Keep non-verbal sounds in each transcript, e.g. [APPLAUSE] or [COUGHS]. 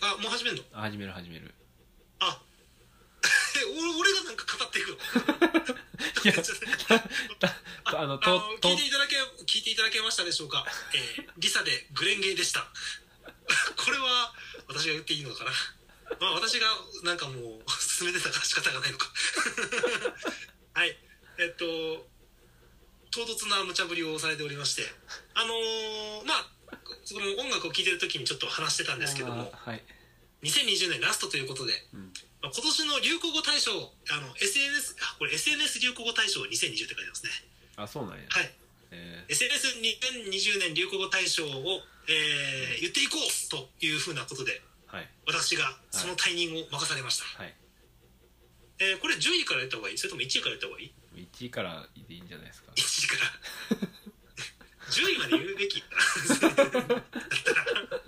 あもう始めんのあ始める始め [LAUGHS] るあえ俺俺がなんか語っていくの [LAUGHS] [LAUGHS] いやちょっとあのあとのと聞いていただけ聞いていただけましたでしょうか、えーリサでグレンゲーでした [LAUGHS] これは私が言っていいのかな [LAUGHS] まあ私がなんかもう進めてたから仕方がないのか [LAUGHS] はいえっと唐突な無茶ぶりをされておりましてあのーまあその音楽を聴いてる時にちょっと話してたんですけどもあーはい2020年ラストということで、うんまあ今年の流行語大賞あの SNS あこれ SNS 流行語大賞2020って書いてますねあそうなんや、はいえ SNS2020 年流行語大賞を、えー言っていこうというふうなことでーはい私がその退任を任されました、はいえーこれ10位からやった方がいいそれとも1位からやった方がいい [LAUGHS] 1位からでいいんじゃないですか1位から [LAUGHS] 10位まで言うべき [LAUGHS] だったら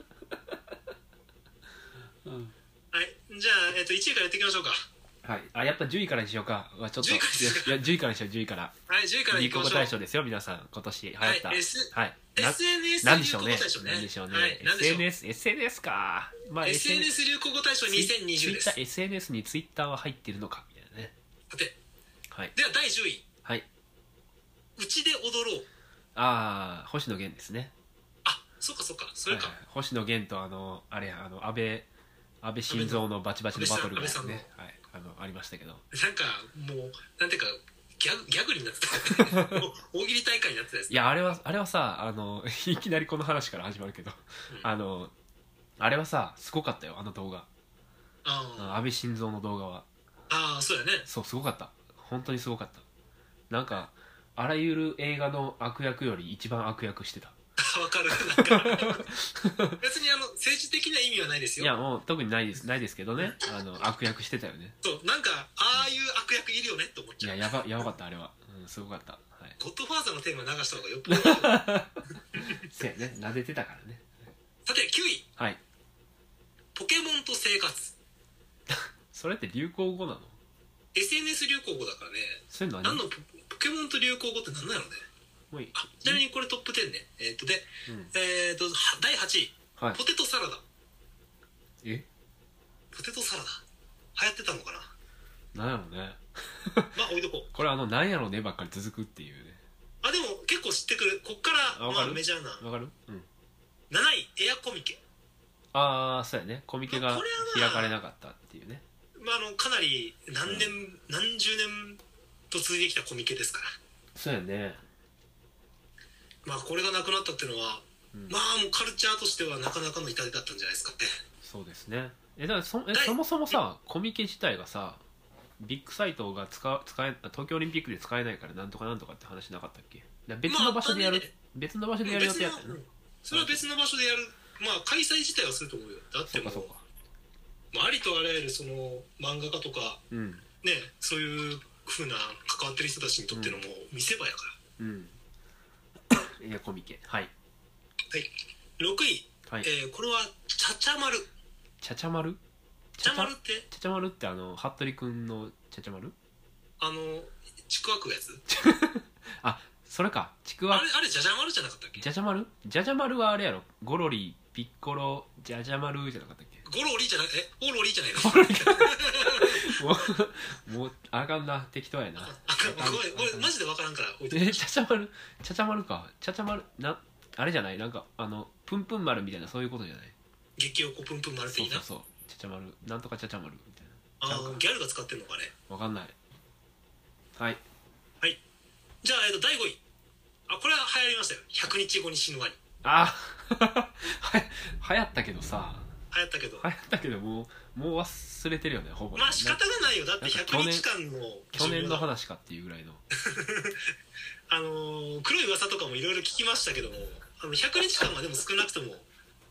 うんはいじゃあ、えっと1位からやっていきましょうかはいあやっぱ10位からにしようかうわちょっと10位からにしようかいやいや10位からにしよう10位からはい10位からい流きま行語しょう大賞ですよ皆さん今年流行はいった、、 S はいな SNS なん流でし行ょう語ね大賞ねなんでしょうね、はい、なんでしょう SNS SNS かまあ SNS 流行語大賞2020です Twitter SNS にツイッターは入ってるのかみたいなねさてはいでは第10位はい「うちで踊ろうああ星野源ですね」あそうかそうかそれか、はいはい星野源とあのあれやあの安倍安倍晋三のバチバチのバトルがね安倍さん安はい、あのありましたけどなんかもうなんていうかギャグギャグになってた [LAUGHS] もう大喜利大会になってたやついやあれはあれはさあの [LAUGHS] いきなりこの話から始まるけど、うんあのあれはさすごかったよあの動画 [LAUGHS] ああの安倍晋三の動画はああーそうだね [LAUGHS] そうすごかった本当にすごかったなんかあらゆる映画の悪役より一番悪役してたあわかるなんか別にあの政治的な意味はないですいよやもう特にないですないですけどねあの悪役してたよねそうなんかああいう悪役いるよねって思っいちゃやうやばやばかったあれは、うん、すごかったはいゴッドファーザーのテーマ流した方が [LAUGHS] よっぽどさせやね撫でてたからねて9位はいポケモンと生活それって流行語なの SNS 流行語だからねそういうのは何ねのポポケモンと流行語って何なのねもういいあちなみにこれトップ10ねえっ、とでうんえっ、とは第8位はいポテトサラダえポテトサラダ流行ってたのかななんやろうねまあ置いとこうこれあのなんやろうねばっかり続くっていうねあでも結構知ってくるこっからあわまかあるメジャーなわかるうん7位エアコミケ、ああそうやねコミケまあがこれはま開あかれなかったっていうねまあ、あのかなり何年、何十年と続いてきたコミケですかそうやねらまあこれがなくなったっていうのは、うんまあもうカルチャーとしてはなかなかの痛手だったんじゃないですかねそうですねえだからそえはいそもそもさコミケ自体がさビッグサイトが使う使え東京オリンピックで使えないからなんとかなんとかって話なかったっけだから別の場所でやる、まああったね別の場所でやる予別定のやったよねうんそれは別の場所でやるまあ開催自体はすると思うよだってそうもかうそうかまあ、ありとあらゆるその漫画家とかうんねそういうふうな関わってる人たちにとってのもう見せ場やから、うんいやコミケはい6位、はいえーこれはちゃちゃ丸ちゃちゃまるちゃ丸っちてゃちゃまるってあの服部君のちゃちゃまるあのちくわ食うやつそれかちくあわれあれじゃじゃ丸じゃなかったっけじゃじゃまるじゃじゃまるはあれやろゴロリピッコロじゃじゃまるじゃなかったっけゴロリじゃなえオロリじゃないのもうもうあかんな適当や [LAUGHS] なあごめんごめんマジでわからんから置いとえくちゃちゃまるちゃちゃまるかちゃちゃまるなあれじゃないなんかあのプンプン丸みたいなそういうことじゃない激おこぷんぷん丸ってそいういなそうそうちゃちゃまるなんとかちゃちゃまるみたいあーギャルが使ってるのかねなわかんないはいじゃあ、えっと、第5位あこれは流行りましたよ100日後に死ぬワニあ [LAUGHS] は流行ったけどさ流行ったけど流行ったけどもうもう忘れてるよねほぼねまあ仕方がないよだってなんか去100年日間の去年の寿命だ話かっていうぐらいの [LAUGHS] あのー黒い噂とかもいろいろ聞きましたけどもあの100日間はでも少なくとも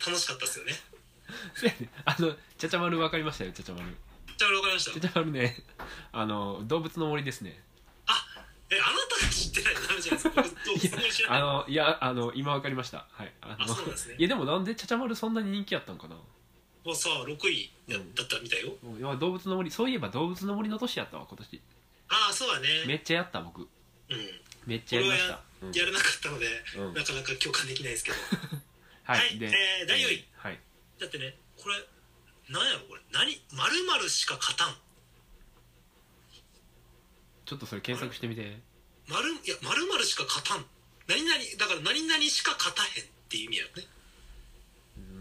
楽しかったですよねそうやねあのちゃちゃ丸わかりましたよちゃちゃ丸じゃあわかりましたちゃちゃ丸ね [LAUGHS] あの動物の森ですねあえあなたが知ってないのダメじゃないですか僕どうも知らないあのいやあの今わかりましたはいあのあそうなんですねいやでもなんでちゃちゃ丸そんなに人気やったんかなもうさ6位だだったみたいよいや動物の森そういえば動物の森の年やったわ今年ああそうだめねっちゃやった僕うんめっちゃやりましたうんやらなかったので、うんなかなか共感できないですけどははいいでえー第四位はいだってねこれなんやろこれ何まるまるしか勝たんちょっとそれ検索してみてまるいやまるまるしか勝たん何々だから何々しか勝たへんっていう意味やろね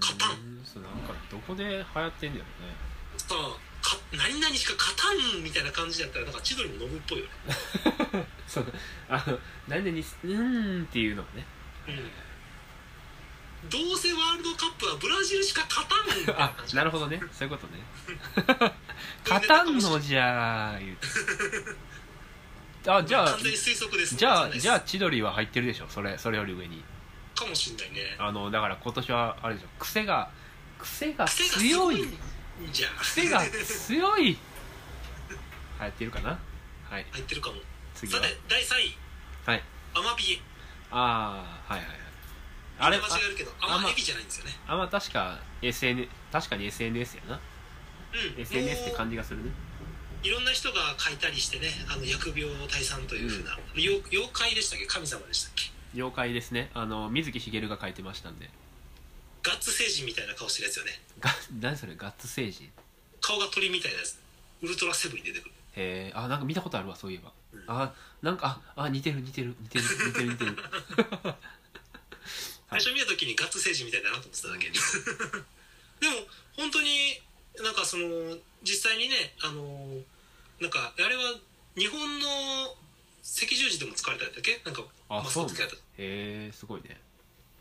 勝たんうーそうなんかどこで流行ってんだろうねさあか何々しか勝たんみたいな感じだったらなんか千鳥もノブっぽいよねそうあの何々にすうーんっていうのがねうんどうせワールドカップはブラジルしか勝たんみたいなあ感じなるほどねそういうことね勝たんのじゃー言うてあじゃあ完全に推測ですじゃあじゃあ千鳥は入ってるでしょそれそれより上にあかもしんないねあのだから今年はあれでしょ癖が癖が癖が強強いいんじゃん [LAUGHS] 癖が強い流行ってるかなはい入ってるかも次さはて第3位はいアマビエああはいはいはいああれれあ間違えるけどあアマまエビじゃないんですよねあまあ確か SN 確かに SNS やなうん SNS ってもう感じがするねいろんな人が書いたりしてねあの疫病退散というふうな、妖妖怪でしたっけ神様でしたっけ妖怪ですねあの水木しげるが書いてましたんでガッツ星人みたいな顔してるやつよねが何それガッツ星人顔が鳥みたいなやつウルトラセブンに出てくるへえあなんか見たことあるわそういえばうんあなんかああ似てる似てる似てる似てる似 [LAUGHS] てるは最い初見た時にガッツ星人みたいだなと思ってただけ、 [LAUGHS] でも本当になんかその実際にねあのなんかあれは日本の赤十字でも使われたんだっけなんかあマスそコうッなトんキだャへラえすごいね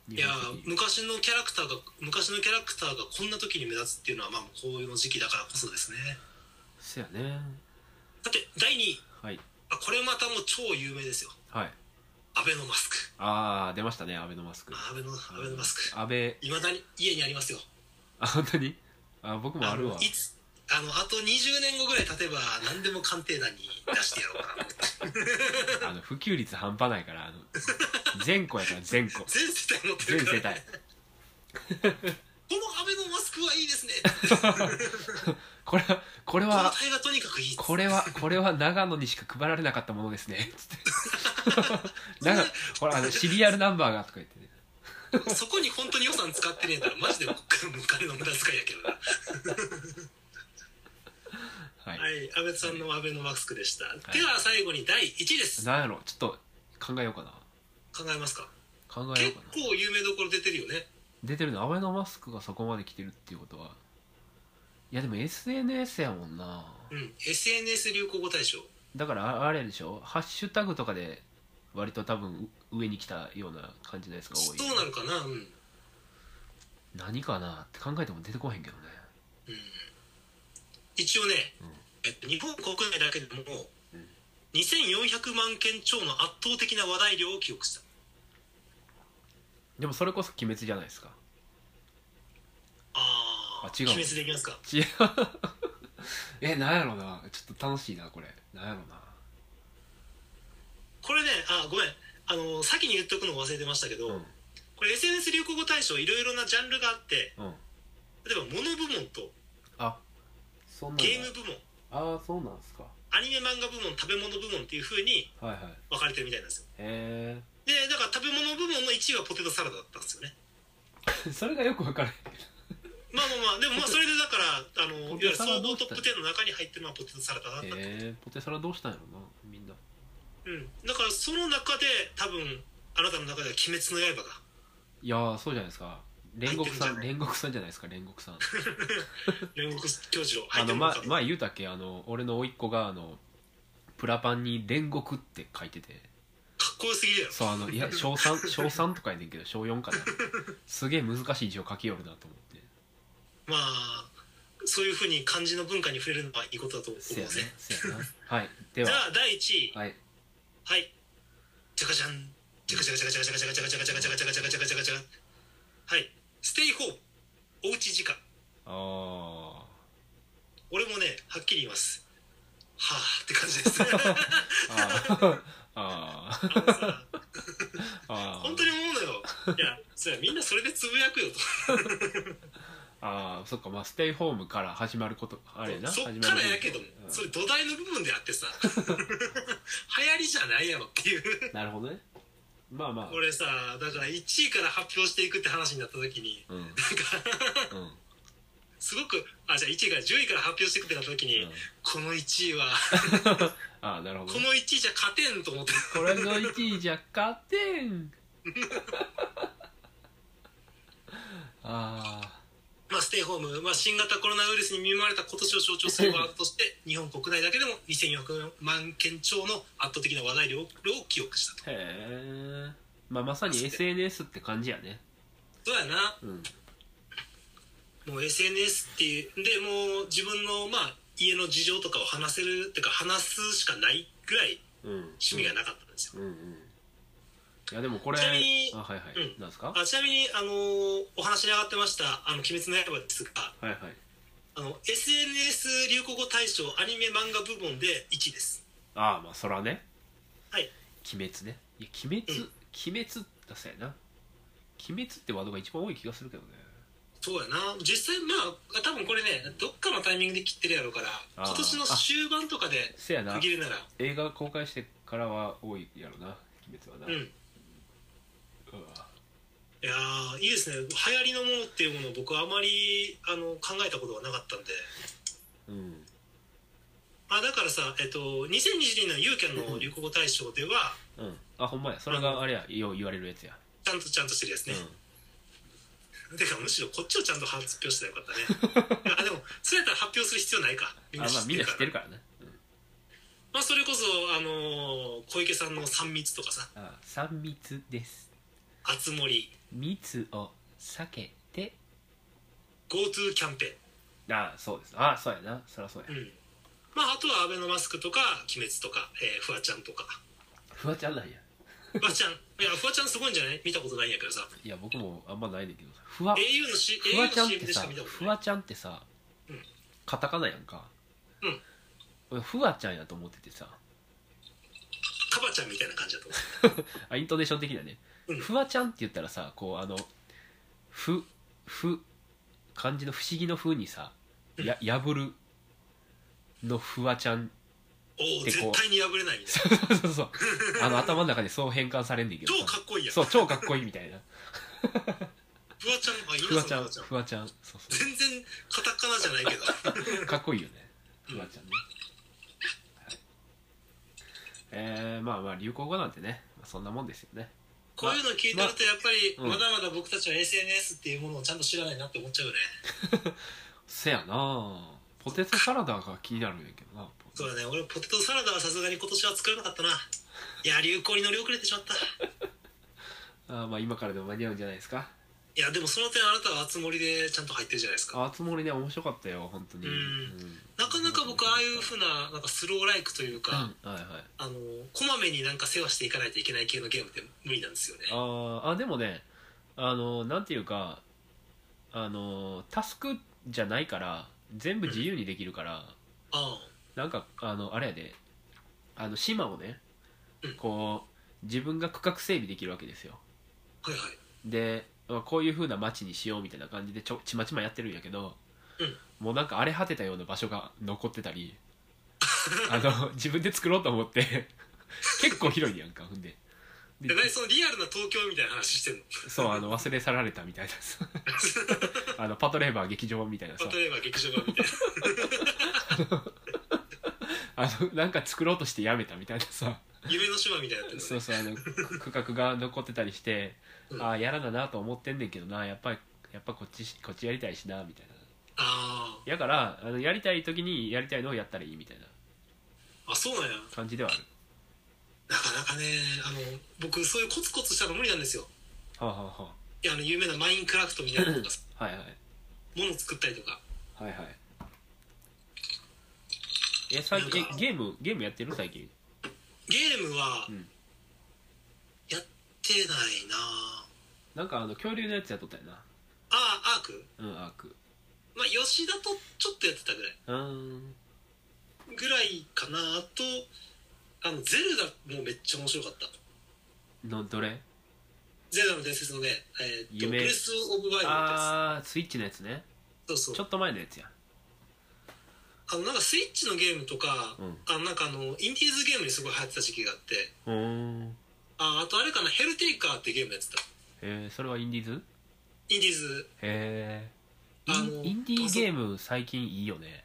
いや日本的に昔のキャラクターが昔のキャラクターがこんな時に目立つっていうのはまあこういうの時期だからこそですねせやねだって第2位はいあこれまたもう超有名ですよはいアベノマスクああ出ましたねアベノマスクあアベノアベノマスク安倍いまだに家にありますよあ本当にあ僕もあるわのいつあのあと20年後ぐらい経てば何でも鑑定団に出してやろうかな [LAUGHS] と思ってあの普及率半端ないからあの全個やから全個全世帯持って全るか世ら帯このアベノマスクはいいですねこれはこれこのは体がとにかくいいこれれはこれは長野にしか配られなかったものです [LAUGHS] ねつって長野ほらあのシリアルナンバーがとか言ってねそこに本当に予算使ってねえんだらマジで僕お金の無駄遣いやけどなはい、はい安倍さんのアベノマスクでした、では最後に第1位ですなんやろうちょっと考えようかな考えますか考えよ結うかな構有名どころ出てるよね出てるのアベノマスクがそこまで来てるっていうことはいやでも SNS やもんなうん SNS 流行語大賞だからああれでしょハッシュタグとかで割と多分う上に来たような感じのやつが多いどうなるかなうん、うん、何かなって考えても出てこへんけどね一応ね、うんえっと、日本国内だけでも、うん2400万件超の圧倒的な話題量を記録したでもそれこそ鬼滅じゃないですかあああ違う鬼滅でいきますか違う [LAUGHS] えなんやろうなちょっと楽しいなこれなんやろうなこれねあごめんあの先に言っとくの忘れてましたけど、うこれ SNS 流行語大賞いろいろなジャンルがあってんうん例えばモノ部門とあそんなゲーム部門ああそうなんですかアニメ漫画部門食べ物部門っていう風にはいはい分かれてるみたいなんですよへでだから食べ物部門の1位はポテトサラダだったんですよねえ [LAUGHS] それがよく分からへんまあまあまあでもまあそれでだからあのいわポゆテる総トサラダ合どうトしッたプの10の中に入ってるのはポテトサラダだったへと、えポテサラどうしたんやろなみんなうん、だからその中で多分あなたの中では「鬼滅の刃が」いやーそうじゃないですか煉獄さ入ってるんじゃんない煉獄さんじゃないですか煉獄さん煉獄教授の入あってるののまかと、前言うたっけあの俺の甥っ子があのプラパンに煉獄って書いててかっこよすぎるやろそうあのいや小3小3とかやねんけど小4かなすげえ難しい字を書きよるなと思ってまあそういうふうに漢字の文化に触れるのはいいことだと思うせやぜねせやなはいでじはゃあ第1位はいはいじゃかじゃんじゃかじゃかじゃかじゃかじゃかじゃかじゃかじゃかじゃかじゃかじゃかじゃかじゃかじゃかはいステイホームおうち時間あ俺もねはっきり言いますはあって感じですあーあーあーのさあー本当に思うのよいやそりゃみんなそれでつぶやくよとあーそっかまあステイホームから始まることあれやなそっ始まかるらやけども、うんそれ土台の部分であって [LAUGHS] さ流行りじゃないやろっていうなるほどねまあまあ俺さだから1位から発表していくって話になった時にうんうんなんかすごくあじゃあ1位から10位から発表していくってなった時に、うんこの1位はああなるほどこの1位じゃ勝てんと思ってこれの1位じゃ勝てんああ [LAUGHS] まあ、ステイホーム、まあ、新型コロナウイルスに見舞われた今年を象徴するワードとして日本国内だけでも2400万件超の圧倒的な話題量を記憶したとへえ、まあ、まさに SNS って感じやねそうやなうんもう SNS っていうでもう自分の、まあ、家の事情とかを話せるっていうか話すしかないぐらいうん趣味がなかったんですよ、うんうんいやでもこれちなみにあはいはい、うんなんですかはあちなみにあのーお話に上がってました「あの鬼滅の刃」ですがいはいあの SNS 流行語大賞アニメ漫画部門で1位ですああまあそらねはい鬼滅ねいや鬼滅、うん鬼滅だせやな鬼滅ってワードが一番多い気がするけどねそうやな実際まあ多分これねどっかのタイミングで切ってるやろうからあー今年の終盤とかでせやな区切るなら映画公開してからは多いやろな鬼滅はうんいな、うん、やーいいですね流行りのものっていうものを僕はあまりあの考えたことがなかったんでうん、あだからさ、えっと、2022年のユーキャンの流行語大賞ではうん、あほんまやそれがあれやよう言われるやつや、ちゃんとちゃんとしてるやつね、てかむしろこっちをちゃんと発表したらよかったね [LAUGHS] いやでもそれやったら発表する必要ないかみうんん、なあ知まあってみんるなか知らってるからね、うん、まあ、それこそ、あのー小池さんの3密とかさあ三密です熱盛密を避けて GoTo キャンペーンあそうですあそうやなそりゃそうや、うんまあ、あとはアベノマスクとか鬼滅とか、えーフワちゃんとかフワちゃんなんやフワちゃんいやフワちゃんすごいんじゃない見たことないんやけどさいや僕もあんまないねんだけどさフワ au の,、C、フワちゃ au のんっ CM てでしさか見たことフないワちゃんってさ、うんカタカナやんかうん俺フワちゃんやと思っててさカバちゃんみたいな感じだと思あイントネーション的だね、うんフワちゃんって言ったらさこうあのふふ漢字の不思議の風にさや破るのフワちゃん [LAUGHS] うおおで絶こう対に破れないみたいなそうそうそうあの頭の中でそう変換されんねんけど超さかっこいいやんフそう超かっこいいみたいなワちゃんあいいなフワちゃんそのフフワちゃんそうワちゃん全然カタカナじゃ [LAUGHS] ないけどそうかっこいいよねうんフワちゃんね、はいえー、まあまあ流行語なんてね、まあそんなもんですよねこういうの聞いてるとやっぱりまあうんまだまだ僕たちは SNS っていうものをちゃんと知らないなって思っちゃうよねせやなあポテトサラダが気になるんやけどなそうだね俺ポテトサラダはさすがに今年は作らなかったないや流行に乗り遅れてしまったあーまあ今からでも間に合うんじゃないですかいやでもその点あなたは熱盛でちゃんと入ってるじゃないですかあつ森ね面白かったよ本当に、うんんなかなか僕ああいうふうななんかスローライクというか、うんはいはいあのこまめになんか世話していかないといけない系のゲームって無理なんですよねあーあでもねあのなんていうかあのタスクじゃないから全部自由にできるから、あなんかあのあれやであの島をねうんこう自分が区画整備できるわけですよあはいはいでまあこういう風な街にしようみたいな感じでちょちまちまやってるんやけど、うんもうなんか荒れ果てたような場所が残ってたり [LAUGHS] あの自分で作ろうと思って結構広いやんかほんででで何そのリアルな東京みたいな話してんのそうあの忘れ去られたみたいな [LAUGHS] さあのパトレーバー劇場みたいなさ例えば劇場版みたいなあのなんか作ろうとしてやめたみたいなさ夢の島みたいなやってんのそねうそうあのく区画が残ってたりして、うんああやらななと思ってんねんけどなやっぱりやっぱこっちしこっちやりたいしなみたいなあやからあのやりたい時にやりたいのをやったらいいみたいなああそうなんや感じではあるなかなかねあの僕そういうコツコツしたの無理なんですよはあ、はあはいやあの有名なマインクラフトみたいなのとかさ [COUGHS] あ、はいはい物作ったりとかはいはいえ最近なんかえゲームゲームやってる最近ゲームはうんやってないななんかあの恐竜のやつやっとったよなああアークうんアークまあ吉田とちょっとやってたぐらいうーんぐらいかなあとあのゼルダもめっちゃ面白かったのどれゼルダの伝説のね、えー、とブ夢レス・オブ・ワイルドああスイッチのやつねですそうちそょうっと前のやつやあのなんかスイッチのゲームとか、うんあのなんかあのインディーズゲームにすごい流行ってた時期があってうーんああとあれかなヘルテイカーってゲームやってたえー、それはインディーズインディーズへえあイのンインディパーソゲーム最近いいよね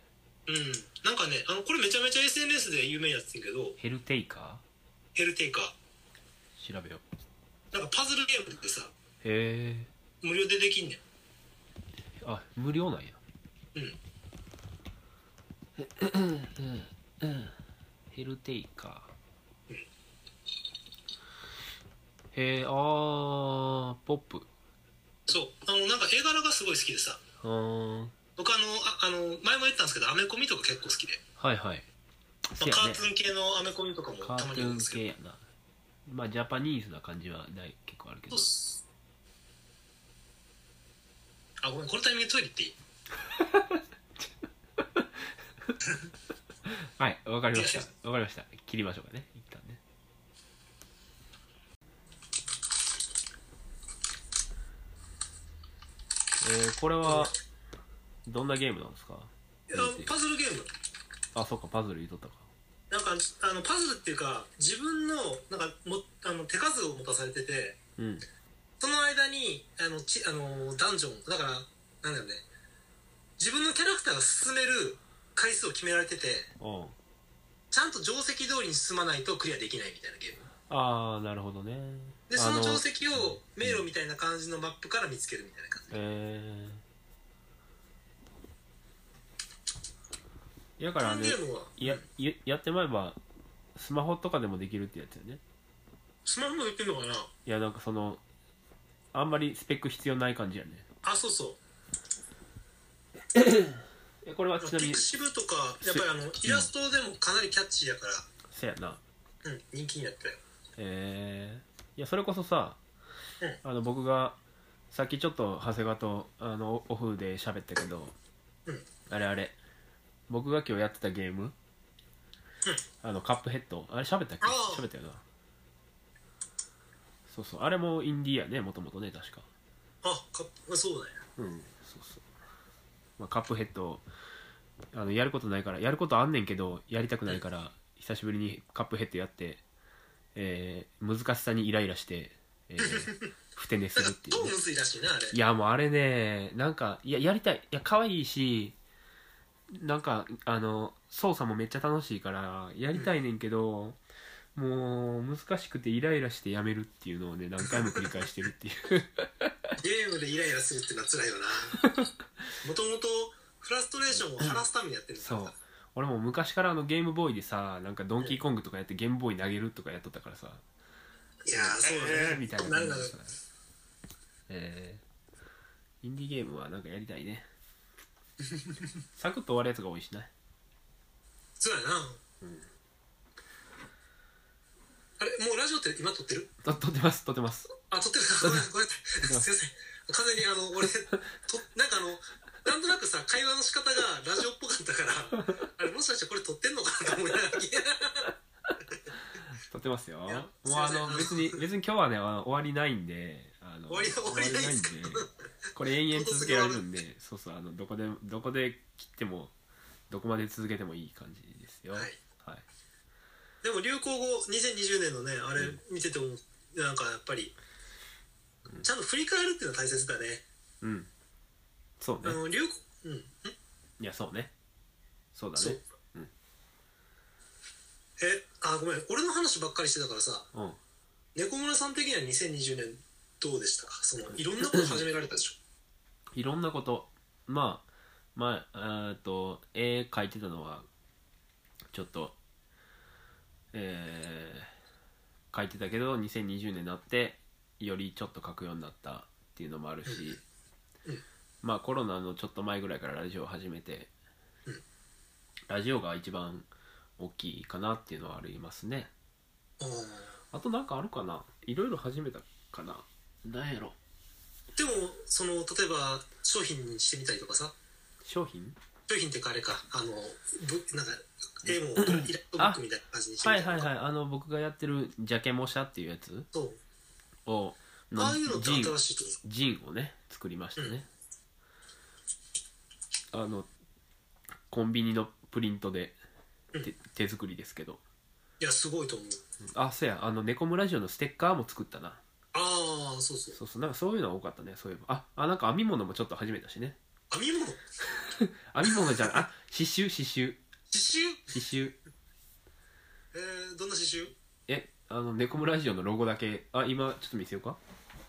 うん、なんかねあのこれめちゃめちゃ SNS で有名なやつやけどヘルテイカヘルテイカーー調べようなんかパズルゲームってさへえ無料でできんねんあ無料なんやうん [COUGHS] ヘルテイカーへえあーポップそうあのなんか絵柄がすごい好きでさうーん僕あのああの前も言ったんですけどアメコミとか結構好きで、はいはいませあ、やカねートゥーン系のアメコミとかもカたまにあートゥるーんンですけ系どやなまあジャパニーズな感じはない結構あるけそどうっすあごめんこのタイミングでトイレ行っていいはいわかりましたわかりました切りましょうかね一旦ねえー、これはどんなゲームなんですかいやパズルゲームあそっかパズル言うとったかなんかあのパズルっていうか自分のなんかもあの手数を持たされててうんその間にあのちあのダンジョンだからなんだよね自分のキャラクターが進める回数を決められてておうちゃんと定石通りに進まないとクリアできないみたいなゲームああなるほどねであその定石を迷路みたいな感じのマップから見つけるみたいな感じえー、やかこらのねゲームはやややってまえばスマホとかでもできるってやつよねスマホも売ってんのかないやなんかそのあんまりスペック必要ない感じやねあそうそうえこれはちなみピにクシブとかやっぱりあのイラストでもかなりキャッチーやかせやなら、うん、人気になったよえー、いやそれこそさうんあの僕がさっきちょっと長谷川とあのオフで喋ったけど、うんあれあれ僕が今日やってたゲーム、あのカップヘッドあれ喋ったっああけ喋ったよなそうそうあれもインディーやねもともとね確かあかそうだようんそうそう、まあ、カップヘッドあのやることないからやることあんねんけどやりたくないから久しぶりにカップヘッドやって、えー難しさにイライラして、えーふて寝すなんるっかてい超う、むね、ずいらしいなあれいやもうあれねなんかいややりたいいや可愛いしなんかあの操作もめっちゃ楽しいからやりたいねんけど、もう難しくてイライラしてやめるっていうのをね何回も繰り返してるっていうゲームでイライラするってのは辛いよな [LAUGHS] もともとフラストレーションを晴らすためにやってるんだかそらう俺も昔からあのゲームボーイでさなんかドンキーコングとかやってゲームボーイ投げるとかやっとったからさいやーそうだえねーみたいななる感じなでるさえー、インディーゲームはなんかやりた [LAUGHS] いねサクッと終わるやつが多いしなそうやな、あれもうラジオって今撮ってると撮ってます撮ってますあ撮って [LAUGHS] るかごめんごめんすいません完全にあの俺となんかあのなんとなくさ会話の仕方がラジオっぽかったからあれもしかしてこれ撮ってんのかなと思いながら聞いて撮ってますよもいうやあすいませんの別に別に今日はねあの終わりないんであの終わり終わりないんすか終わりないんでこれ延々続けられるんでそうそうあのどこでどこで切ってもどこまで続けてもいい感じですよはい、はいでも流行語2020年のねあれ見ててもなんかやっぱりちゃんと振り返るっていうのは大切だねうんそうあねの流行うんんいやそうねそうだそうねえあごめん俺の話ばっかりしてたからさうん猫村さん的には2020年どうでしたかそのいろんなこと始められたでしょいろんなことまあまあえーっと絵描いてたのはちょっとえー描いてたけど2020年になってよりちょっと描くようになったっていうのもあるし、うんまあコロナのちょっと前ぐらいからラジオを始めて、うんラジオが一番大きいかなっていうのはありますね [LAUGHS] あーあとなんかあるかないろいろ始めたかななんやろでもその例えば商品にしてみたりとかさ商品商品っていうかあれかあのぶなんか絵もイラストブックみたいな感じにしてみはたいりとかはいはいあの僕がやってるジャケモシャっていうやつそうをのああいうのってジン新しいってことジンをね作りましたね、あのコンビニのプリントでて手作りですけどいやすごいと思うあそうやあの猫村ラジオのステッカーも作ったなああそうそうそうそうなんかそういうのは多かったねそういえばああなんか編み物もちょっと始めたしね編み物編み物じゃんあ刺繍刺繍刺繍刺繍えー、どんな刺繍えあの「ネコムラジオ」のロゴだけあ今ちょっと見せようか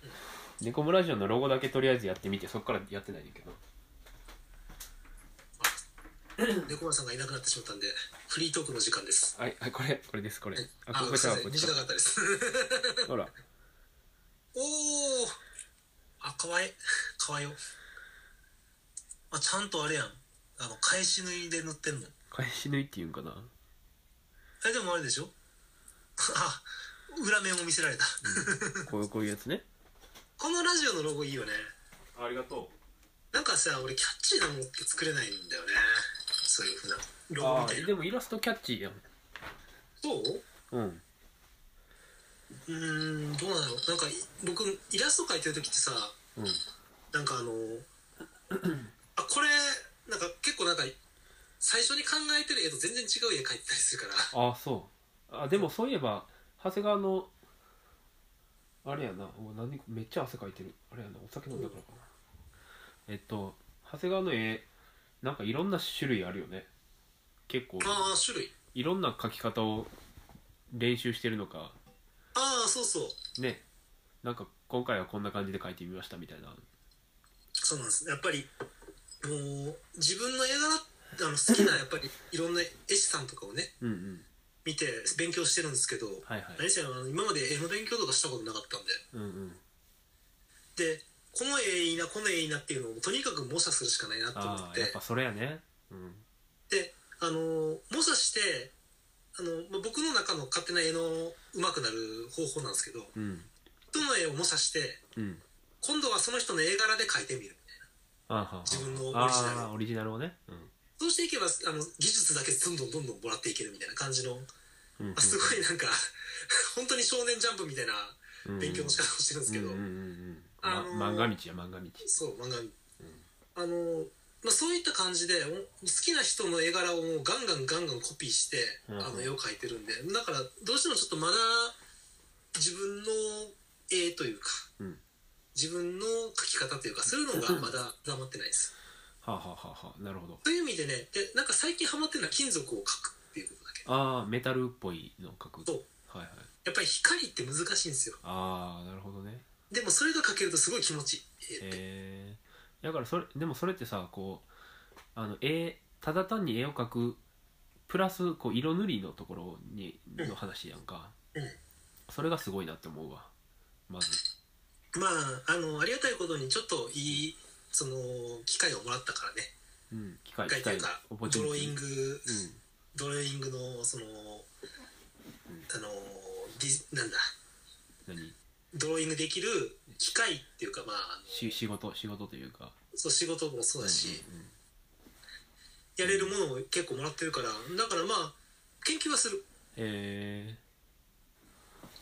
「ネコムラジオ」のロゴだけとりあえずやってみてそっからやってないんだけど猫村さんがいなくなってしまったんでフリートークの時間ですはいはいこれこれですこれああこごこめんちなゃさいこっち短かったです [LAUGHS] ほらおおあかわいいかわいいよあちゃんとあれやんあの返し縫いで塗ってんの返し縫いっていうんかなえでもあれでしょ [LAUGHS] あ裏面を見せられたこういうこういうやつねこのラジオのロゴいいよねありがとなんかさ俺キャッチーなものって作れないんだよねそういうふうなロゴあみたいーなでもイラストキャッチーやんそうううんーんどうなのなんかい僕イラスト描いてる時ってさうんなんかあのあこれなんか結構なんか最初に考えてる絵と全然違う絵描いてたりするからああそうあでもそういえば長谷川のあれやなお何めっちゃ汗かいてるあれやなお酒飲んだからかなえっと長谷川の絵なんかいろんな種類あるよね結構ああ種類いろんな描き方を練習してるのかああそうそうねなんか今回はこんな感じで描いてみましたみたいなそうなんですやっぱりもう自分の絵柄あの好きなやっぱりいろんな絵師さんとかをねうんうん見て勉強してるんですけど、はいはい何せあの今まで絵の勉強とかしたことなかったんうんうんででこの絵いいなこの絵いいなっていうのをとにかく模写するしかないなと思あっあてやっぱそれやねうんであの模写してあの、まあ、僕の中の勝手な絵の上手くなる方法なんですけどうん人の絵を模写してうん今度はその人の絵柄で描いてみるあーはーはー自分のオリジナルあーオリジナルをねうんそうしていけばあの技術だけどんどんどんどんもらっていけるみたいな感じのうんうんあすごいなんか本当に少年ジャンプみたいなうん勉強の仕方をしてるんですけど、うんうんうんうんあのーま漫画道や漫画道そう漫画、あのまあ、そういった感じでお好きな人の絵柄をもうガンガンガンガンコピーして、うんうんあの絵を描いてるんでだからどうしてもちょっとまだ自分の絵というか、うん自分の描き方というかそういうの [LAUGHS] がまだ黙ってないですはあ、はあはあはあ、なるほどという意味でねでなんか最近ハマってるのは金属を描くっていうことだけああメタルっぽいのを描くそうはいはいやっぱり光って難しいんですよああなるほどねでもそれが描けるとすごい気持ちいい絵って、えー、だからそれでもそれってさこうあの絵ただ単に絵を描くプラスこう色塗りのところにうんの話やんか、うんそれがすごいなって思うわまずまああのありがたいことにちょっといいその機会をもらったからねうん機械機会機とい械うかオポチドュロニーインティグ、うんドローイングのそのあのディなんだ何ドローイングできる機械っていうかまああのし仕事仕事というかそう仕事もそうだし、うんうんうんやれるものを結構もらってるからだからまあ研究はするえ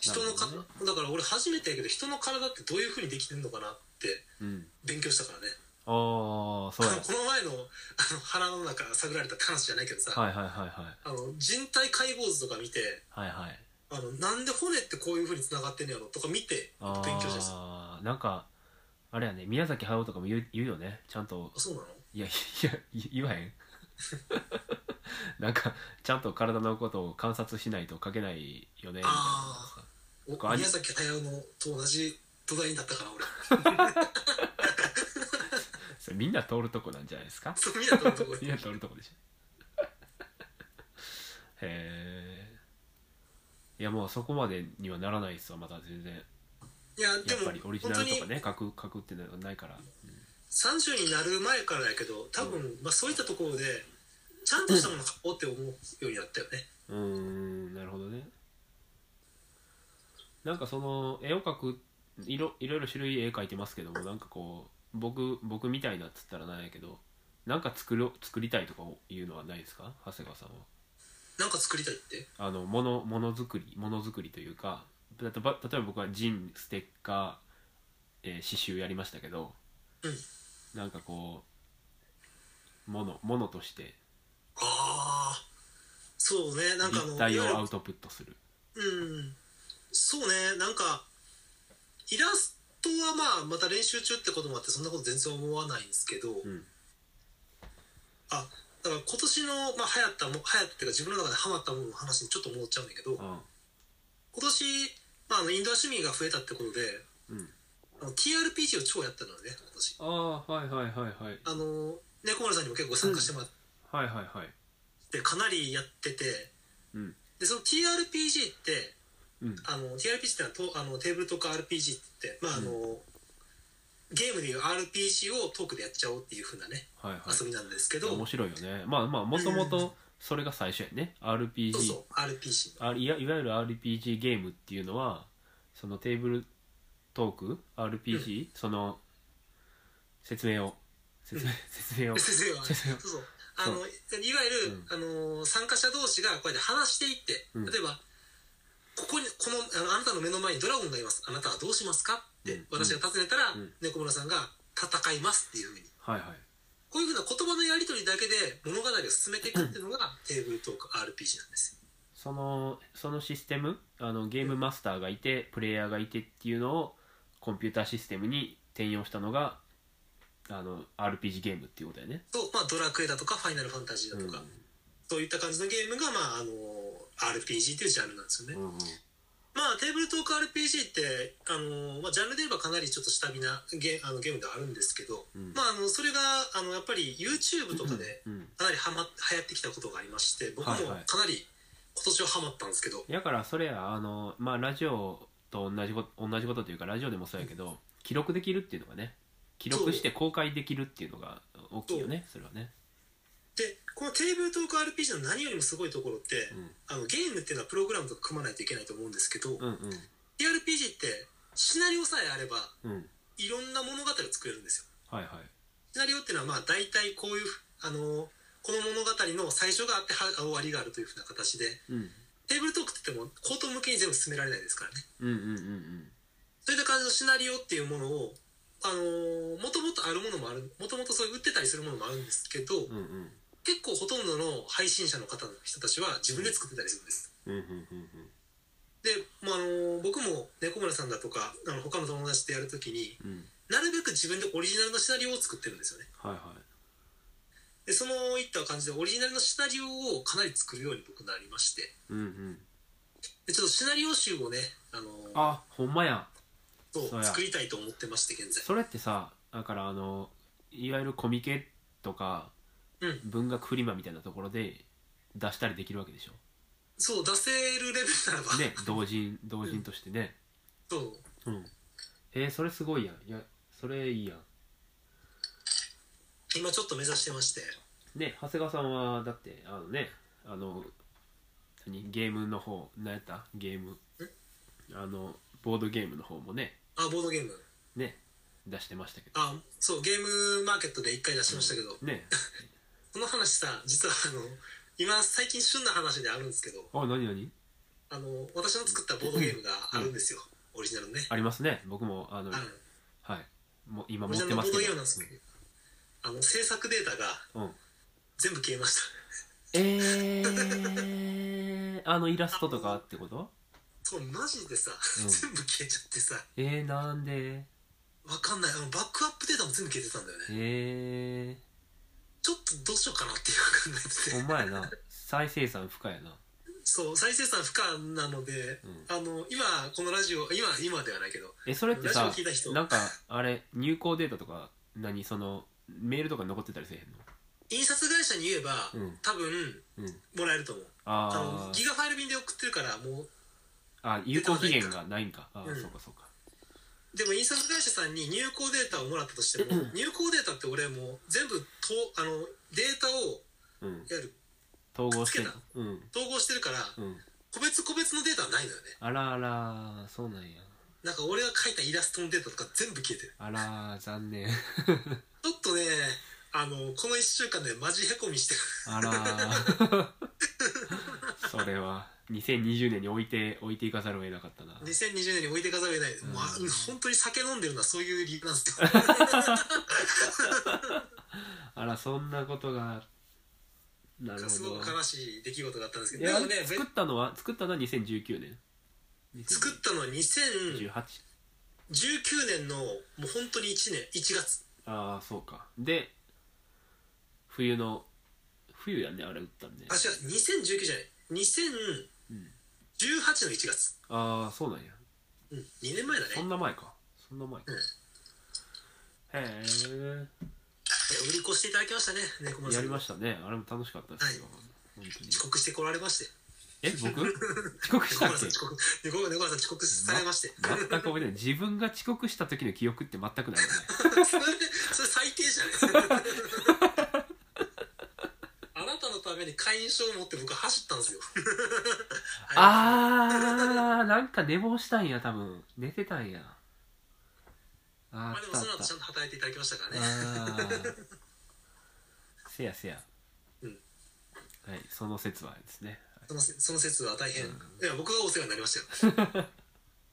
人のか、なるだから俺初めてやけど人の体ってどういうふうにできてんのかなってー、うん勉強したからねああそうやこの前のあの腹の中探られたって話じゃないけどさ、はいはいはいはいあの人体解剖図とか見てはいはいあのなんで骨ってこういうふうにつながってんのやろとか見てあ勉強してさあーなんかあれやね宮崎駿とかも言う言うよねちゃんとあそうなのいや [LAUGHS] いやい言わへん [LAUGHS] なんかちゃんと体のことを観察しないと書けないよねみたいなあさおこれ宮崎駿のと同じ土台になったから [LAUGHS] 俺それみんな通るとこなんじゃないですかそう見たところみんな通るとこでしょ [LAUGHS] へえいやもうそこまでにはならないっすわまだ全然いやでやっぱもりオリジ本ナ当ルとかにね書く書くっていうのはないから30になる前からやけど多分、まあ、そういったところでちゃんとしたもの買おうって思うようになったよねうーんなるほどねなんかその絵を描くいろいろいろ種類絵描いてますけどもなんかこう僕僕みたいなっつったらなんやけどなんか作る作りたいとかいうのはないですか長谷川さんはなんか作りたいってあのものものづくりものづくりというか例えば例えば僕はジンステッカー、えー刺繍やりましたけど、うんなんかこうものものとしてああそうねなんかあの立体いわゆをるアウトプットするうんそうねなんかイラストはまあまた練習中ってこともあってそんなこと全然思わないんですけど、うんだから今年の、まあ、流行ったも流行ったっていうか自分の中でハマったものの話にちょっと戻っちゃうんだけど今あ年、まあ、あのインドア趣味が増えたってことでうんあの TRPG を超やったのよね今年ああはいはいはいはいあの猫丸さんにも結構参加してもらっはいはいはいて、かなりやっててうんでその TRPG ってうんあの TRPG ってのはとあのテーブルとか RPG って言って、まああのゲームでいう RPG をトークでやっちゃおうっていうふうなねはいはい遊びなんですけど、面白いよねまあまあもともうんとそれが最初やね RPG そうそう RPG あいやいわゆる RPG ゲームっていうのはそのテーブルトーク RPG、その説明を説明説明を先生は先生 [LAUGHS] はそうそうあのいわゆる、うんあの参加者同士がこうやって話していって、うん例えばここにこのあのあなたの目の前にドラゴンがいますあなたはどうしますかって、うん私が尋ねたら、うん猫村さんが「戦います」っていうふうにはいはいこういうふうな言葉のやり取りだけで物語を進めていくっていうのがテーブルトーク RPG なんですよそのそのシステムあのゲームマスターがいてプレイヤーがいてっていうのをコンピューターシステムに転用したのがあの RPG ゲームっていうことだよねと、まあ、ドラクエだとかファイナルファンタジーだとか、そういった感じのゲームが、まあ、あの RPG というジャンルなんですよね、うんうんまあテーブルトーク RPG ってあの、まあ、ジャンルで言えばかなりちょっと下火なゲあのゲームではあるんですけど、うんまあ、あのそれがあのやっぱり YouTube とかでうんかなりはま流行ってきたことがありまして僕もはいはいかなり今年はハマったんですけど、だからそれやあのまあラジオと同じこと同じことというかラジオでもそうやけど記録できるっていうのがね記録して公開できるっていうのが大きいよねそれはねでこのテーブルトーク RPG の何よりもすごいところって、うんあのゲームっていうのはプログラムとか組まないといけないと思うんですけど、うん TRPG ってシナリオさえあればうんうんいろんな物語を作れるんですよはいはいシナリオっていうのはまあ大体こういうふあのこの物語の最初があっては終わりがあるというふうな形でうんテーブルトークって言っても口頭向けに全部進められないですからねうんうんうんそういった感じのシナリオっていうものをあのもともとあるものもあるもともとそういう売ってたりするものもあるんですけど、うんうんうん結構ほとんどの配信者の方の人たちは自分で作ってたりするんですうんうんうんで、まあ、あの僕も猫村さんだとかあの他の友達とやるときにうんうんなるべく自分でオリジナルのシナリオを作ってるんですよねはいはでそのいった感じでオリジナルのシナリオをかなり作るように僕なりましていうんうんでちょっとシナリオ集をね、あのあほんまやそそううや作りたいと思ってまして現在それってさだからあのいわゆるコミケとかうん文学フリマみたいなところで出したりできるわけでしょそう出せるレベルならば、ね同 [LAUGHS] 人同人としてね、そううんえー、それすごいやんいやそれいいやん今ちょっと目指してましてね長谷川さんはだってあのねあの何ゲームの方何やったゲームあのボードゲームの方もねあボードゲームね出してましたけあそうゲームマーケットで一回出しましたけど、どねその話さ実はあの今最近旬な話であるんですけどあ何何あの私の作ったボードゲームがあるんですよ、オリジナルのね、ありますね僕もあのあはいもう今のオ持リジっナルのてまボードすけゲーどムなんですけど、あの制作データがうん全部消えましたえー、あのイラストとかってことそうマジでさ、ん全部消えちゃってさえー、なんでわかんないあのバックアップデータも全部消えてたんだよねえちょっとどうしようかなっていう考えてー、ほてんまやな再生産不可やなそう再生産不可なので、うんあの今このラジオ今今ではないけどえそれってラさジオ聞いた人なんかあれ入稿データとか何そのメールとか残ってたりせえへんの印刷会社に言えば、うん多分うんもらえると思うああのギーガファイル便で送ってるからもうあ有効期限がないんかあうーんそうかそうかでも印刷会社さんに入稿データをもらったとしても、入稿データって俺もう全部とあのデータをうんいわゆる統合してんのくっうん統合してるから、うん個別個別のデータはないのよねあらあらそうなんやなんか俺が書いたイラストのデータとか全部消えてるあら残念ちょっとねあのこの1週間でマジへこみしてる [LAUGHS] あらそれは2020年に置いて置いていかざるを得なかったな2020年に置いていかざるを得ない、んもうあ本当に酒飲んでるのはそういう理由なん [LAUGHS] ですよあらそんなことがなるすほごどく悲しい出来事だったんですけいどでもやねべ作ったのは作ったのは2019年作ったのは2019 18年のもう本当に1年1月ああそうかで冬の冬やねあれ打ったんねあ違う2019じゃない2018うんの1月、ああそうなんやうん、2年前だねそんな前かそんな前かうんへいや売り越していただきましたね猫え松さやんりましたねあれも楽しかったですよ、本当に遅刻してこられましてえ [LAUGHS] 僕遅刻し猫たっ松さん遅刻猫猫松さん遅刻されまして、け全く覚え [LAUGHS] てない自分が遅刻した時の記憶って全くないよねそれそれ最低じゃない [LAUGHS] あなたのために会員証を持って僕走ったんですよ [LAUGHS] あ [LAUGHS] あーなんか寝坊したんや多分寝てたんやまああーであもったあそのっ後ちゃんと働いていただきましたからたねあー [LAUGHS] せやせや、うんはいその説はですねそのその説は大変、うんいや僕がお世話になりましたよ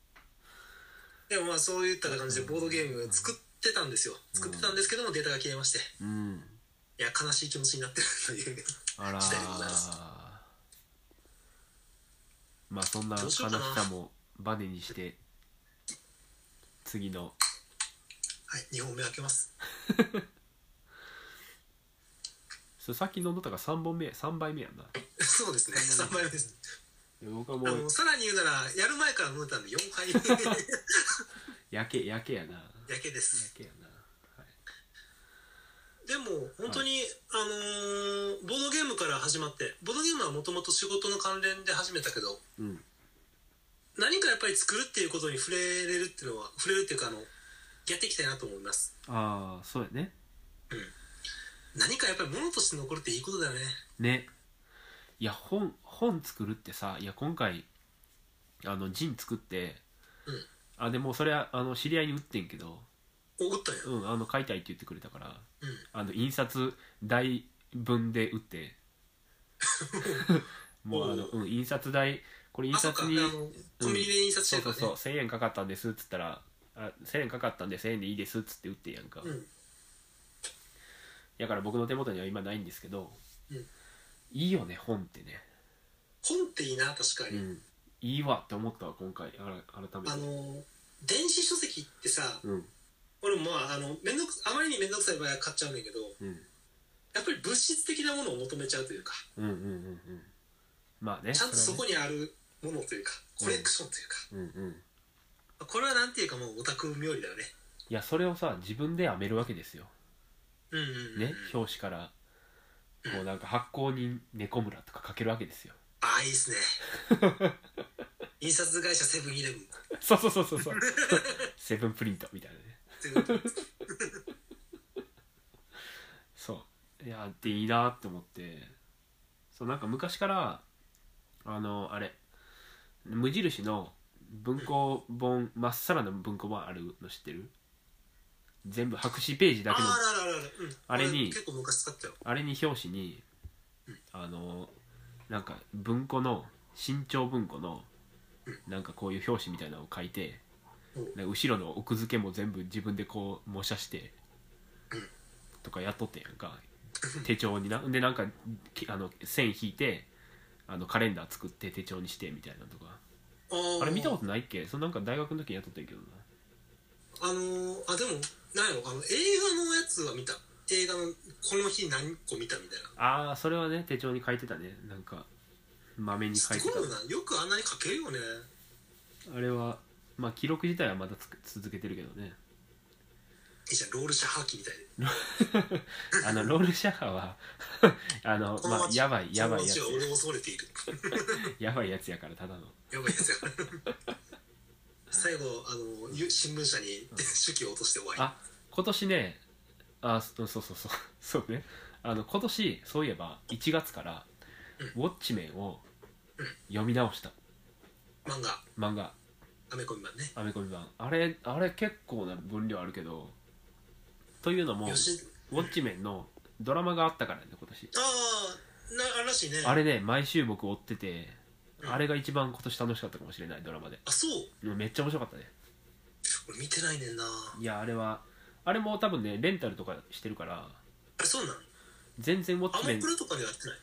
[LAUGHS] でもまあそういった感じでボードゲーム作ってたんですよ作ってたんですけどもデータが消えましてうんいや悲しい気持ちになってると [LAUGHS] いうあらー時代でございますまあそんなど悲うししようかなさもバネにして次のはい2本目開けますそれさっき飲んどったから3本目3杯目やんな [LAUGHS] そうですねそん3な杯に目ですで僕はもあうのさらに言うならやる前から飲んでたんで4杯 [LAUGHS] ややけやけやなやけですけやなでも本当に、あのーボードゲームから始まってボードゲームはもともと仕事の関連で始めたけどうん何かやっぱり作るっていうことに触れれるっていうのは触れるっていうかあのやっていきたいなと思いますああそうやね何かやっぱり物として残るっていいことだよねねいや本本作るってさいや今回あのジン作って、うんあでもうそれはあの知り合いに売ってんけど、おったんやうん、あの買いたいって言ってくれたからうんあの印刷代分で打って [LAUGHS] もうあの、おうん、印刷代これ印あそっか刷あにのコンビニで印刷してそうるかそうらねそう1000円かかったんですっつったらあ1000円かかったんで1000円でいいですっつって打ってやんか、うんだから僕の手元には今ないんですけど、うんいいよね本ってね、本っていいな確かうに、ん、いいわって思ったわ今回あら改めてあのー電子書籍ってさうん俺もまああのめんどくあまりに面倒くさい場合は買っちゃうんだけどうんやっぱり物質的なものを求めちゃうというかうんうんうんうんまあねちゃんとそれはこにあるものというかコレクションというか、ねうんうんこれはなんていうかもうオタク冥利だよねいやそれをさ自分で編めるわけですようんうんうん、ね、表紙からこうなんか発行人猫村とか書けるわけですよ [LAUGHS] ああいいっ [LAUGHS] すね印刷会社セブンイレブンそうそうそうそ [LAUGHS] うそうセブンプリントみたいなねセブンイレブンそういやっていいなって思ってそうなんか昔からあのあれ無印の文庫本まっさらな文庫本あるの知ってる全部白紙ページあだけのあらららら、うん、あれに俺結構昔使ったよあれに表紙にあのなんか文庫の新潮文庫のなんかこういう表紙みたいなのを書いてうんで後ろの奥付けも全部自分でこう模写してとかやっとってんやんか手帳になでなんかきあの線引いてあのカレンダー作って手帳にしてみたいなのとかあーあれ見たことないっけそのなんか大学の時にやっとってんけどなあのー、あでもなんやろあの映画のやつは見た映画のこの日何個見たみたいなああそれはね手帳に書いてたねなんかまめに書いてすたごいよなよくあんなに書けるよねあれはまあ記録自体はまだつく続けてるけどねいいじゃんロールシャハーキみたいで [LAUGHS] あのロールシャハは [LAUGHS] あのこのまあ街やばいやばいやつその街は俺を恐れているやばいやつやからただのやばいやつや最後あのゆ新聞社に手記を落として終わりあ今年ねあそうそう [LAUGHS] そうそうそうねあの今年そういえば1月から「ウォッチメン」を読み直した漫画漫画アメコミ版ねアメコミ版あれあれ結構な分量あるけどというのも「ウよしォッチメン」のドラマがあったからね今年ああなあれらしいねあれね毎週僕追っててうんあれが一番今年楽しかったかもしれないドラマであそううんめっちゃ面白かったね俺見てないねんないやあれはあれも多分ねレンタルとかしてるからあれそうなの全然ウォッアチメマンプラとかでやってない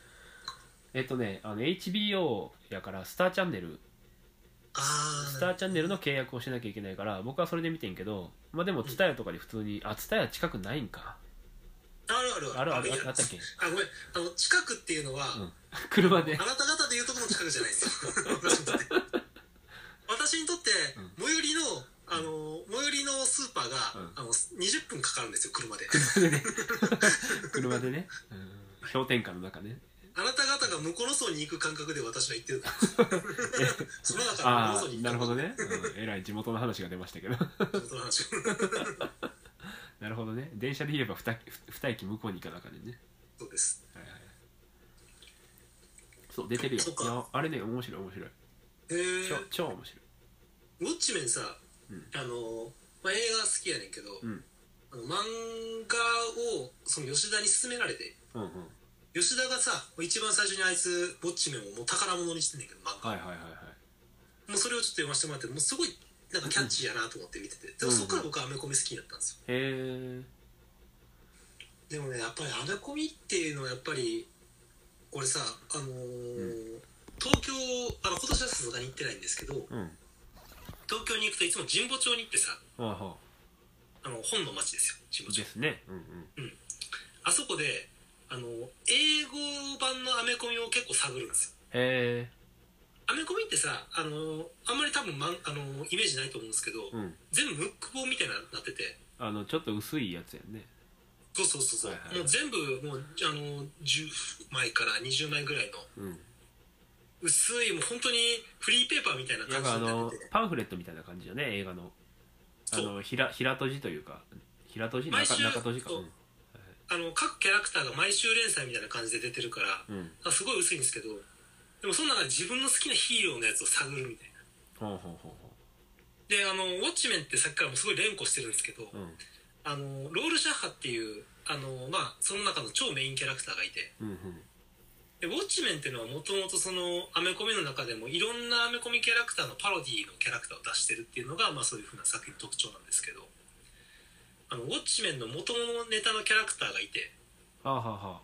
えっとねあの HBO やからスターチャンネルああスターチャンネルの契約をしなきゃいけないから僕はそれで見てんけどまあでも TSUTAYA とかで普通にあ TSUTAYA 近くないんかあるあるあるあるいやああったっけあごめんあの近くっていうのは、うん車であなた方で言うとこの近くじゃないです [LAUGHS] よ私にとって私にとってうん最寄りのあの最寄りのスーパーが、うんあの20分かかるんですよ車で [LAUGHS] 車でね、うん、氷点下の中ねあなた方が向こうの層に行く感覚で私は行ってるんです [LAUGHS] その中から向こうあの層あに行くな感るほ覚どね、うん、えらい地元の話が出ましたけどその話をなるほどね電車でいれば 2, 二駅向こうに行かなあかんねんね、 [LAUGHS] そうですはいはい、そう出てるよそっかいやあれね面白い面白いへえ超超面白いウォッチメンさ、うんあの、まあ、映画好きやねんけど、うんあの漫画をその吉田に勧められてうんうん吉田がさ一番最初にあいつウォッチメンをもう宝物にしてんねんけど漫画、はいはいはいはいもうそれをちょっと読ませてもらってもうすごいなんかキャッチーやなと思って見ててでもそっから僕はアメコミ好きになったんですよへえでもねやっぱりアメコミっていうのはやっぱり俺さあのー東京あの今年はさすがに行ってないんですけどうん東京に行くといつも神保町に行ってさああはあの本の町ですよ神保あ町ですねうんうんあそこであの英語版のアメコミを結構探るんですよへえアメコミってさあのあんまり多分、まん、あのイメージないと思うんですけど、うん全部ムック本みたいになっててあのちょっと薄いやつやねそうそうそうそう、はいはいはいもう全部もうあの10枚から20枚ぐらいのうん薄いもう本当にフリーペーパーみたいな感なんかあじになっのててパンフレットみたいな感じよね映画のあそのひら平とじというか平とじ中毎週中とじかそうあの各キャラクターが毎週連載みたいな感じで出てるからうん、うん、あすごい薄いんですけどでもその中で自分の好きなヒーローのやつを探るみたいなほうほうほであのウォッチメンってさっきからもすごい連呼してるんですけど、うほううんあのロールシャッハっていうあの、まあ、その中の超メインキャラクターがいてうんでウォッチメンっていうのはもともとそのアメコミの中でもいろんなアメコミキャラクターのパロディのキャラクターを出してるっていうのが、まあ、そういうふうな作品の特徴なんですけどあのウォッチメンの元のネタのキャラクターがいてはあはあは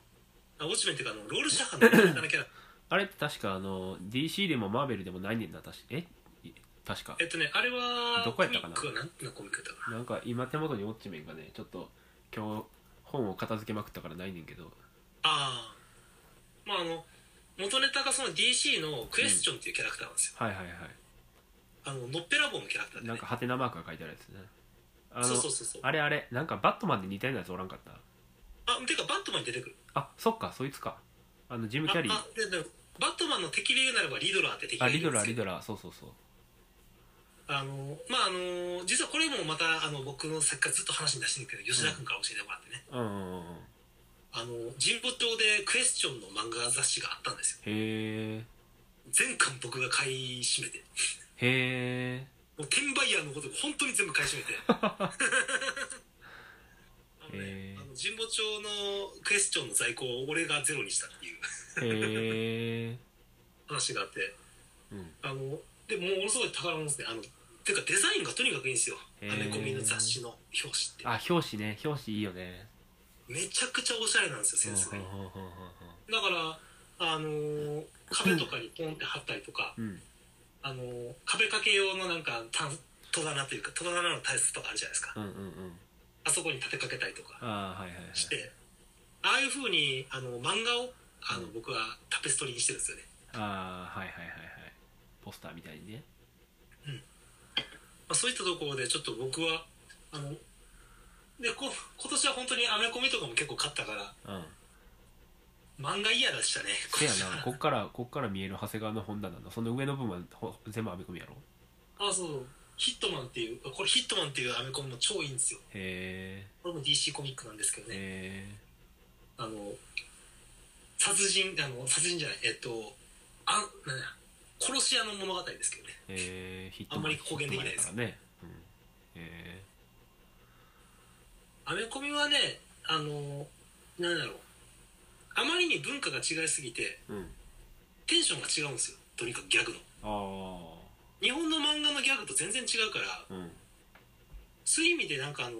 ああウォッチメンっていうかあのロールシャッハのネタのキャラあれって確かあの DC でもマーベルでもないねんな確かえい確かえっとねあれはどこやったかなコミックは何ていうのコミックだったかなんか今手元にウォッチメンがねちょっと今日本を片付けまくったからないねんけどなああまああの元ネタがその DC のクエスチョンっていうキャラクターなんですよ、はいはいはあののっぺらぼうのキャラクターいで、なんねかハテナマークが書いてあるやつねあのそうそうそうそうあれあれなんかバットマンで似たようなやつおらんかったあてかバットマンに出てくるあそっかそいつかあのジム・キあャリーあででもバットマンの敵で言うならばリドラーって敵あがいるリんドですラーリよドラーそうそうそうあのまああの実はこれもまたあの僕の作家ずっと話に出してるけど吉田君から教えてもらってね、うんうんうんうんあの神保町でクエスチョンの漫画雑誌があったんですよへえ全巻僕が買い占めてへえもう転売ヤーのこと本当に全部買い占 [LAUGHS] めてあのへねーあの神保町のクエスチョンの在庫を俺がゼロにしたっていうへえ話があってうんあのでもものすごい宝物ですねあのていうかデザインがとにかくいいんですよへーアメコミの雑誌の表紙ってあ表紙ね表紙いいよねめちゃくちゃおしゃれなんですよセンスがうだんかうんうんうんらあのー壁とかにポンって貼ったりとか、うんうんあのー壁掛け用のなんかた戸棚というか戸棚のタイツとかあるじゃないですかうんうんうんあそこに立てかけたりとかああはいはいはいしてああいう風にあの漫画をあのうん僕はタペストリーにしてるんですよねああはいはいはいはいポスターみたいにねまあ、そういったところでちょっと僕はあのでこ今年は本当にアメコミとかも結構買ったからうん漫画嫌でしたねせや今年なはこっからこっから見える長谷川の本棚のその上の部分はほ全部編み込みやろあそうヒットマンっていうこれヒットマンっていうアメコミも超いいんですよへこれも DC コミックなんですけどねえへあの殺人あの殺人じゃないえっとあなんや殺し屋の物語ですけどねえへえヒットあんまりヒッ公言できないですトマンやからねうんへアメコミはねあのなんだろうあまりに文化が違いすぎてえうんテンションが違うんですよとにかくギャグのあ日本の漫画のギャグと全然違うからあうんそういう意味でなんかあの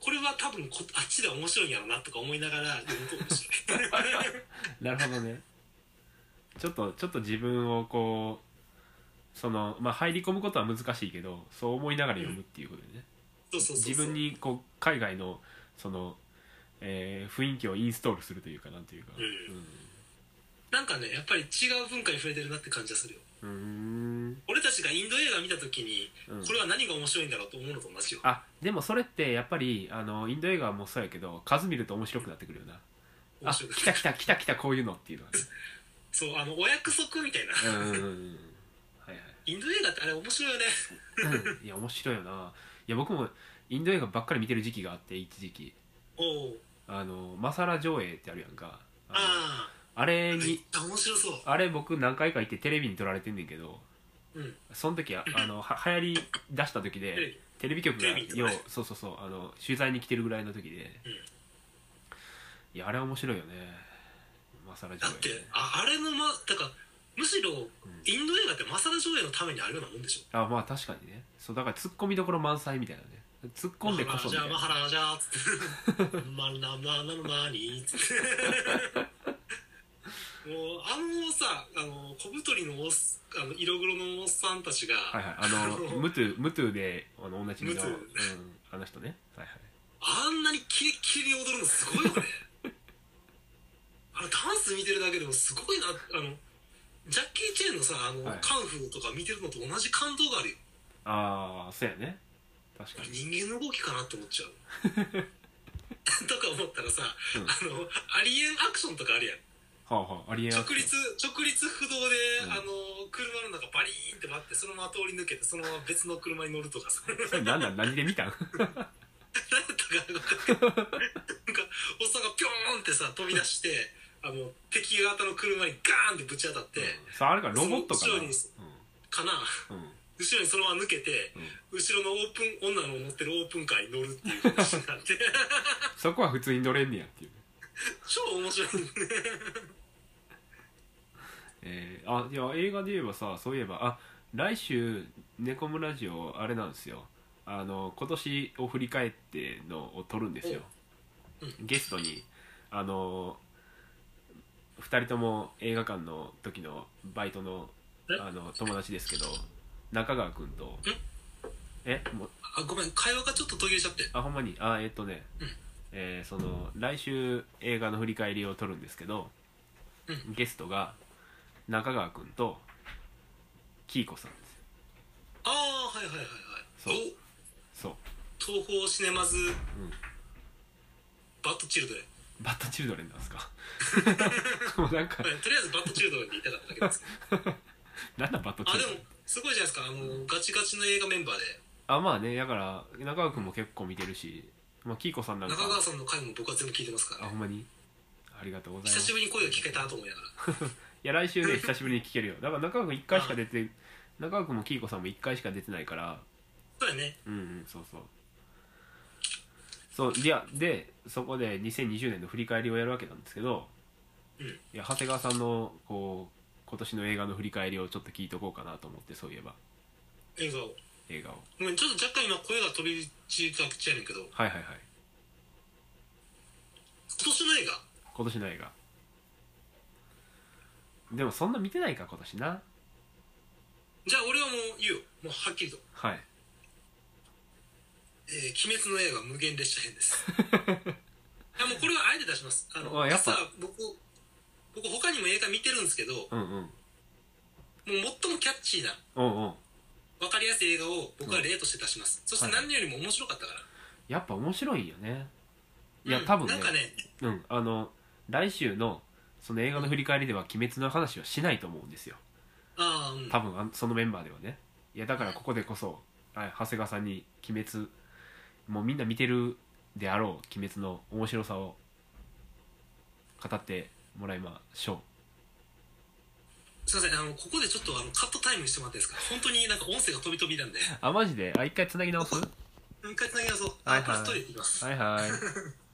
これは多分こあっちでは面白いんやろうなとか思いながら読むと面 [LAUGHS] 白いなるほどねちょっとちょっと自分をこうそのまあ入り込むことは難しいけどそう思いながら読むっていうことでねそうそうそうそう自分にこう海外のそのえー雰囲気をインストールするというかなんていうかなんかねやっぱり違う文化に触れてるなって感じがするようんうん俺たちがインド映画見た時にうんこれは何が面白いんだろうと思うのと同じよあでもそれってやっぱりあのインド映画もそうやけど数見ると面白くなってくるよな面あ白い来た来た来た来たこういうのっていうのはねそうあのお約束みたいなうんうんうんうんはいはいインド映画ってあれ面白いよねうんいや面白いよないや僕もインド映画ばっかり見てる時期があって一時期おうあのマサラ上映ってあるやんかあのあああれめっにちゃ面白そうあれ僕何回か行ってテレビに撮られてんねんけどうんその [LAUGHS] 時はあのは流行り出した時テレでビテレビ局がテレビに撮らよれるうそうそうそうあの取材に来てるぐらいの時で、うんいやあれ面白いよねマサラ上だっ映てああれのまだからむしろインド映画ってマサラ上映のためにあるようなもんでしょあまあ確かにねそうだからツッコミどころ満載みたいなね突っ込んでこそみじたゃあいマなハラジャーっつって「マナマナマニ」っつってもうあのさあの小太りのおっあの色黒のおっさんたちが、はいはい、あのムトゥムトゥであのおなじみの、ムトうんゥ、あの人ね、はいはあい、んなにキレッキレに踊るのすごいよねあのダンス見てるだけでもすごいなあのジャッキー・チェーンのさあの、はいカンフーとか見てるのと同じ感動があるよああそうやね確かに人間の動きかなって思っ [LAUGHS] ちゃうとか思ったらさ、うんあのアリエンアクションとかあるやんはあはあありえな直くて立直立不動で、うんあの車の中バリーンって待ってそのまま通り抜けてそのまま別の車に乗るとかさ [LAUGHS] 何それ何なん何で見たんだったか分かんないなんかおっさんがピョーンってさ飛び出してあの敵方の車にガーンってぶち当たって、さああれかロボットかなその後うろんにかなうん後ろにそのまま抜けてうん後ろのオープン女の乗ってるオープンカーに乗るっていう話になって [LAUGHS] そこは普通に乗れんねやっていう、超面白いえー、あいや映画で言えばさそういえばあ来週「ネコムラジオ」あれなんですよあの今年を振り返ってのを撮るんですよ、おうゲストにあの2人とも映画館の時のバイトのえあの友達ですけど中川君とえもうあごめん会話がちょっと途切れちゃってあほんまにあえっとね、うんえーその来週映画の振り返りを撮るんですけど、うゲストが中川君とキーコさんですああはいはいはいそうはいそうお東宝シネマズ、んバッドチルドレンバッドチルドレンなんで [LAUGHS] すかもうなんかまあとりあえずバッドチルドレンって言いたかっただけ [LAUGHS] ですけどなんだバッドチあルでドレンもすごいじゃないですかあのガチガチの映画メンバーであまあねだから中川君も結構見てるし、まあ、キーコさんなんか中川さんの回も僕は全部聞いてますかあら、ほんまにありがとうございま久すしいぶりに声が聞けたと思いながらや来 [LAUGHS] 週ね久しぶりに聞けるよだから中川君1回しか出て中川君もキーコさんも1回しか出てないからそうだねうんうんそうそうそういやでそこで2020年の振り返りをやるわけなんですけど、うんいや長谷川さんのこう今年の映画の振り返りをちょっと聞いとこうかなと思ってそういえば映画を映画をごめんちょっと若干今声が飛び散ったちゃうんけど今はいはいはい年の映画今年の映画でもそんな見てないか今年なじゃあ俺はもう言うよもうはっきりとはい「えー、鬼滅の映画無限列車編」ですい [LAUGHS] やもうこれはあえて出しますあのあやっ実ぱは僕僕他にも映画見てるんですけどもううんうん最もキャッチーなうんうん分かりやすい映画を僕は例として出します、そして何よりも面白かったから、やっぱ面白いんよねいやうん多分ねなんかねうんあの来週のその映画の振り返りでは「鬼滅」の話はしないと思うんですよああうん多分あのそのメンバーではねいやだからここでこそはい長谷川さんに「鬼滅」もうみんな見てるであろう「鬼滅」の面白さを語ってもらいましょすいませんあのここでちょっとあのカットタイムにしてもらっていいですか本当になんか音声が飛び飛びなん [LAUGHS] でうあマジであ一回つなぎ直すうん一回つなぎ直そうはあいはいこれトイレ行ってきますはいはい